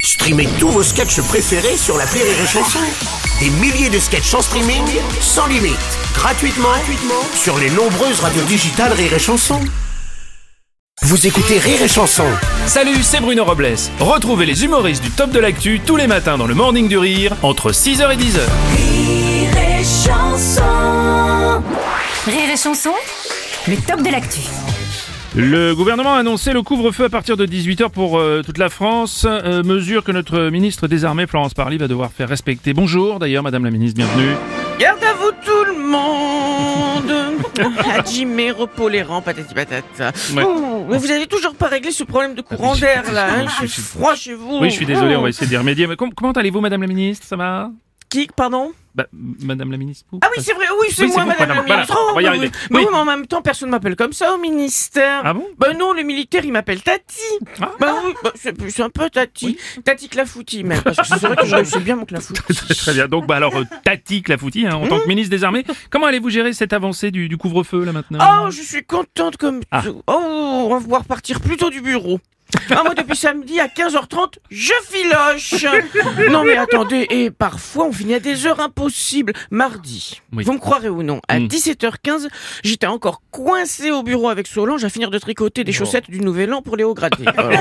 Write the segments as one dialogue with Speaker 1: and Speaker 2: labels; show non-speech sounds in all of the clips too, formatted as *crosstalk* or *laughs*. Speaker 1: Streamez tous vos sketchs préférés sur la Rire et Chanson. Des milliers de sketchs en streaming, sans limite, gratuitement, gratuitement sur les nombreuses radios digitales Rire et Chanson. Vous écoutez Rire et Chanson.
Speaker 2: Salut, c'est Bruno Robles. Retrouvez les humoristes du top de l'actu tous les matins dans le Morning du Rire entre 6h et 10h.
Speaker 3: Rire et chanson, le top de l'actu.
Speaker 2: Le gouvernement a annoncé le couvre-feu à partir de 18h pour euh, toute la France, euh, mesure que notre ministre des Armées, Florence Parly, va devoir faire respecter. Bonjour d'ailleurs, Madame la Ministre, bienvenue.
Speaker 4: Garde à vous tout le monde
Speaker 2: *laughs*
Speaker 4: Hajime, repos les rangs, patati patata.
Speaker 2: Ouais.
Speaker 4: Oh, mais vous avez toujours pas réglé ce problème de courant d'air là, hein
Speaker 2: je
Speaker 4: Il
Speaker 2: suis-
Speaker 4: fait froid chez vous
Speaker 2: Oui, je suis désolé, on va essayer d'y remédier. Mais com- comment allez-vous, Madame la Ministre Ça va
Speaker 4: Qui, pardon
Speaker 2: bah, m- Madame la Ministre vous
Speaker 4: Ah oui, c'est vrai, oui, c'est
Speaker 2: Oui, c'est
Speaker 4: moi,
Speaker 2: vous,
Speaker 4: madame la
Speaker 2: madame, voilà,
Speaker 4: ministre.
Speaker 2: on va y
Speaker 4: mais
Speaker 2: arriver.
Speaker 4: oui, mais
Speaker 2: Oui.
Speaker 4: oui, mais en même temps, personne m'appelle comme ça au ministère.
Speaker 2: Ah bon *laughs*
Speaker 4: Bah non, le militaire, il m'appelle Tati.
Speaker 2: Ah.
Speaker 4: Bah oui, bah, c'est plus sympa, Tati. Tati Clafouti, même. Parce que c'est vrai que je réussis bien mon Clafouti.
Speaker 2: Très, très bien. Donc, bah alors, euh, Tati Clafouti, hein, en tant que ministre des Armées, comment allez-vous gérer cette avancée du, du couvre-feu là maintenant
Speaker 4: Oh, je suis contente comme
Speaker 2: Ah.
Speaker 4: tout. Oh, on va pouvoir partir plus tôt du bureau. Ah, moi, depuis samedi à 15h30, je
Speaker 2: *laughs*
Speaker 4: filoche. Non, mais attendez, et parfois, on finit à des heures impossibles. Mardi,
Speaker 2: Oui.
Speaker 4: vous me croirez ou non, à
Speaker 2: Mm.
Speaker 4: 17h15, j'étais encore coincé au bureau avec Solange à finir de tricoter des
Speaker 2: Oh.
Speaker 4: chaussettes du Nouvel An pour les
Speaker 2: *laughs*
Speaker 4: hauts gradés. Alors,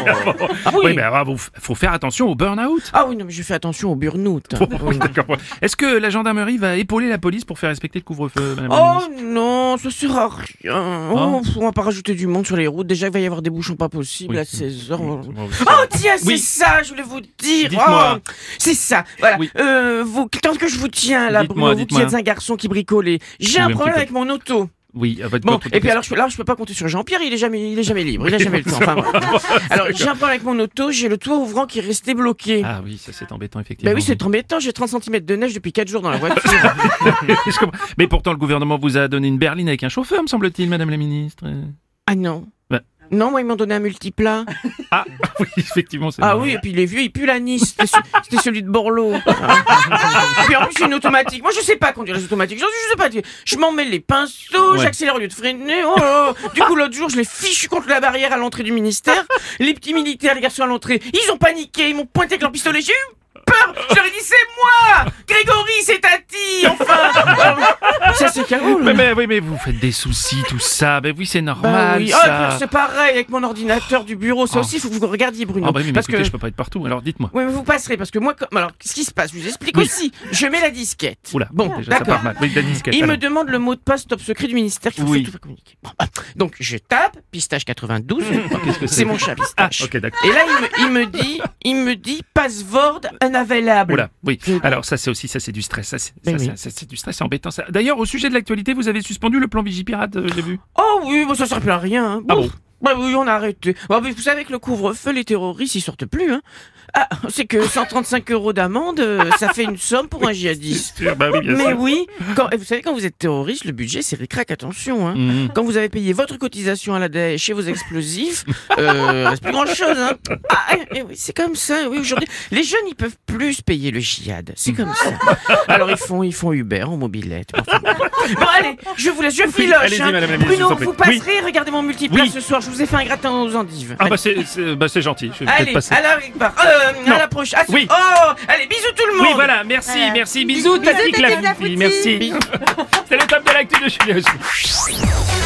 Speaker 4: ah,
Speaker 2: Oui,
Speaker 4: oui.
Speaker 2: mais alors, vous- faut faire attention au burn-out.
Speaker 4: Ah oui, non, mais je fais attention au burn-out. hein.
Speaker 2: Bon, *laughs* d'accord. Est-ce que la gendarmerie va épauler la police pour faire respecter le couvre-feu, madame la
Speaker 4: Oh
Speaker 2: ministre
Speaker 4: non, ça sert à rien.
Speaker 2: Ah.
Speaker 4: Oh, on va pas rajouter du monde sur les routes. Déjà, il va y avoir des bouchons pas possibles
Speaker 2: Oui.
Speaker 4: à 16h.
Speaker 2: Bon,
Speaker 4: Oh tiens, c'est
Speaker 2: Oui.
Speaker 4: ça, je voulais vous dire.
Speaker 2: Dites-moi.
Speaker 4: Oh, c'est ça. Voilà.
Speaker 2: Oui.
Speaker 4: Euh, vous, tant que je vous tiens là,
Speaker 2: Dites-moi,
Speaker 4: Bruno, vous qui
Speaker 2: dites-moi.
Speaker 4: êtes un garçon qui bricolait, j'ai
Speaker 2: Oui, un
Speaker 4: un
Speaker 2: petit
Speaker 4: problème
Speaker 2: peu.
Speaker 4: avec mon auto.
Speaker 2: Oui, à votre
Speaker 4: Bon,
Speaker 2: votre-
Speaker 4: et puis alors je, là, je peux pas compter sur Jean-Pierre, il est jamais, il est jamais libre, il a jamais le temps.
Speaker 2: *laughs*
Speaker 4: Enfin, voilà. alors j'ai un problème avec mon auto, j'ai le toit ouvrant qui est resté bloqué.
Speaker 2: Ah oui, ça c'est embêtant, effectivement. *laughs*
Speaker 4: Bah oui, c'est embêtant, j'ai 30 cm de neige depuis 4 jours dans la voiture.
Speaker 2: Je comprends. Mais pourtant, le gouvernement vous a donné une berline avec un chauffeur, me semble-t-il, madame la
Speaker 4: *laughs*
Speaker 2: ministre. Euh,
Speaker 4: ah non.
Speaker 2: Bah.
Speaker 4: Non, moi, ils m'ont donné un multiplat.
Speaker 2: Ah oui, effectivement, c'est
Speaker 4: Ah
Speaker 2: marrant.
Speaker 4: oui, et puis les vieux, ils puent la Nice. C'était ce- C'était celui de
Speaker 2: *laughs*
Speaker 4: Borloo. Et puis en plus, c'est une automatique. Moi, je sais pas conduire les automatiques. J'en suis- Je sais pas. dire. Je m'en mêle les pinceaux,
Speaker 2: Ouais.
Speaker 4: j'accélère au lieu de freiner. Oh, là là. Du coup, l'autre jour, je les fichu contre la barrière à l'entrée du ministère. Les petits militaires, les garçons à l'entrée, ils ont paniqué. Ils m'ont pointé avec leur pistolet. J'ai eu peur. Je leur ai dit, c'est moi Grégory, c'est Tati Enfin bah Ça, c'est Carole.
Speaker 2: Mais, mais- oui, mais vous faites des soucis, tout ça. Mais oui, c'est normal,
Speaker 4: Bah oui. Oh, et
Speaker 2: ça.
Speaker 4: puis, c'est pareil avec mon ordinateur du bureau. Ça
Speaker 2: Ah.
Speaker 4: aussi, il faut que vous regardiez, Bruno.
Speaker 2: Ah bah oui, mais
Speaker 4: parce
Speaker 2: écoutez,
Speaker 4: que
Speaker 2: je peux pas être partout. Alors dites-moi.
Speaker 4: Oui, mais vous passerez parce que moi, comme- alors, qu'est-ce qui se passe Je vous explique
Speaker 2: Oui.
Speaker 4: aussi. Je mets la disquette.
Speaker 2: Oula,
Speaker 4: bon,
Speaker 2: déjà, ça
Speaker 4: d'accord.
Speaker 2: part mal. Oui, la disquette,
Speaker 4: Il me
Speaker 2: alors.
Speaker 4: demande le mot de passe top secret du ministère qu'il faut
Speaker 2: Oui.
Speaker 4: surtout pas communiquer. Bon, bah, donc je tape
Speaker 2: *laughs*
Speaker 4: pistache 92.
Speaker 2: Ah, Qu'est-ce que Ah,
Speaker 4: C'est mon chat pistache.
Speaker 2: Ok, d'accord.
Speaker 4: Et là il me, il me dit, il me dit password unavailable.
Speaker 2: Oula, oui.
Speaker 4: Ah, ben, Je-
Speaker 2: Alors ça, c'est aussi ça, c'est du stress. Ça, c'est ça,
Speaker 4: Ben oui.
Speaker 2: ça, ça, c'est du stress, c'est embêtant. ça. D'ailleurs, au sujet de l'actualité, vous avez suspendu le plan Vigipirate, euh, j'ai vu.
Speaker 4: Oh oui, bon, ça sert plus à rien. hein.
Speaker 2: Ah
Speaker 4: Ouf.
Speaker 2: bon
Speaker 4: Bah oui, on a arrêté. Bah, mais vous savez que le couvre-feu, les terroristes, ils sortent plus. Hein. Ah, c'est que 135 euros d'amende, euh, ça fait une somme pour un djihadiste.
Speaker 2: Bah oui, bien
Speaker 4: Mais
Speaker 2: sûr.
Speaker 4: oui, quand, et vous savez, quand vous êtes terroriste, le budget, c'est ricrac, attention. Hein.
Speaker 2: Mhm.
Speaker 4: Quand vous avez payé votre cotisation à la Daesh et vos explosifs, euh, c'est plus grand chose. Hein. Ah, eh, eh oui, c'est comme ça. Oui, aujourd'hui, les jeunes, ils peuvent plus se payer le jihad. C'est comme ça. Alors, ils font, ils font Uber en mobilette. Bon, enfin, Bon, allez, je vous laisse. Je filoche.
Speaker 2: allez-y,
Speaker 4: hein.
Speaker 2: madame la ministre,
Speaker 4: Bruno,
Speaker 2: s'il vous
Speaker 4: vous
Speaker 2: plaît. Oui.
Speaker 4: passerez. Regardez mon multiplat
Speaker 2: Oui.
Speaker 4: ce soir. Je vous ai fait un gratin aux endives.
Speaker 2: Ah
Speaker 4: Allez.
Speaker 2: bah c'est- c'est bah, c'est gentil. Je vais peut-être
Speaker 4: Allez,
Speaker 2: passer.
Speaker 4: à la, euh, à
Speaker 2: Non.
Speaker 4: la prochaine. Ah, c'est-
Speaker 2: Oui.
Speaker 4: Oh, allez, bisous tout le monde.
Speaker 2: Oui, voilà, merci,
Speaker 3: Voilà.
Speaker 2: merci. Bisous, Tati
Speaker 3: Tati
Speaker 2: Clafouti. *laughs*
Speaker 3: Clafouti.
Speaker 2: Merci. C'est le top de l'actu de Julien. Auger.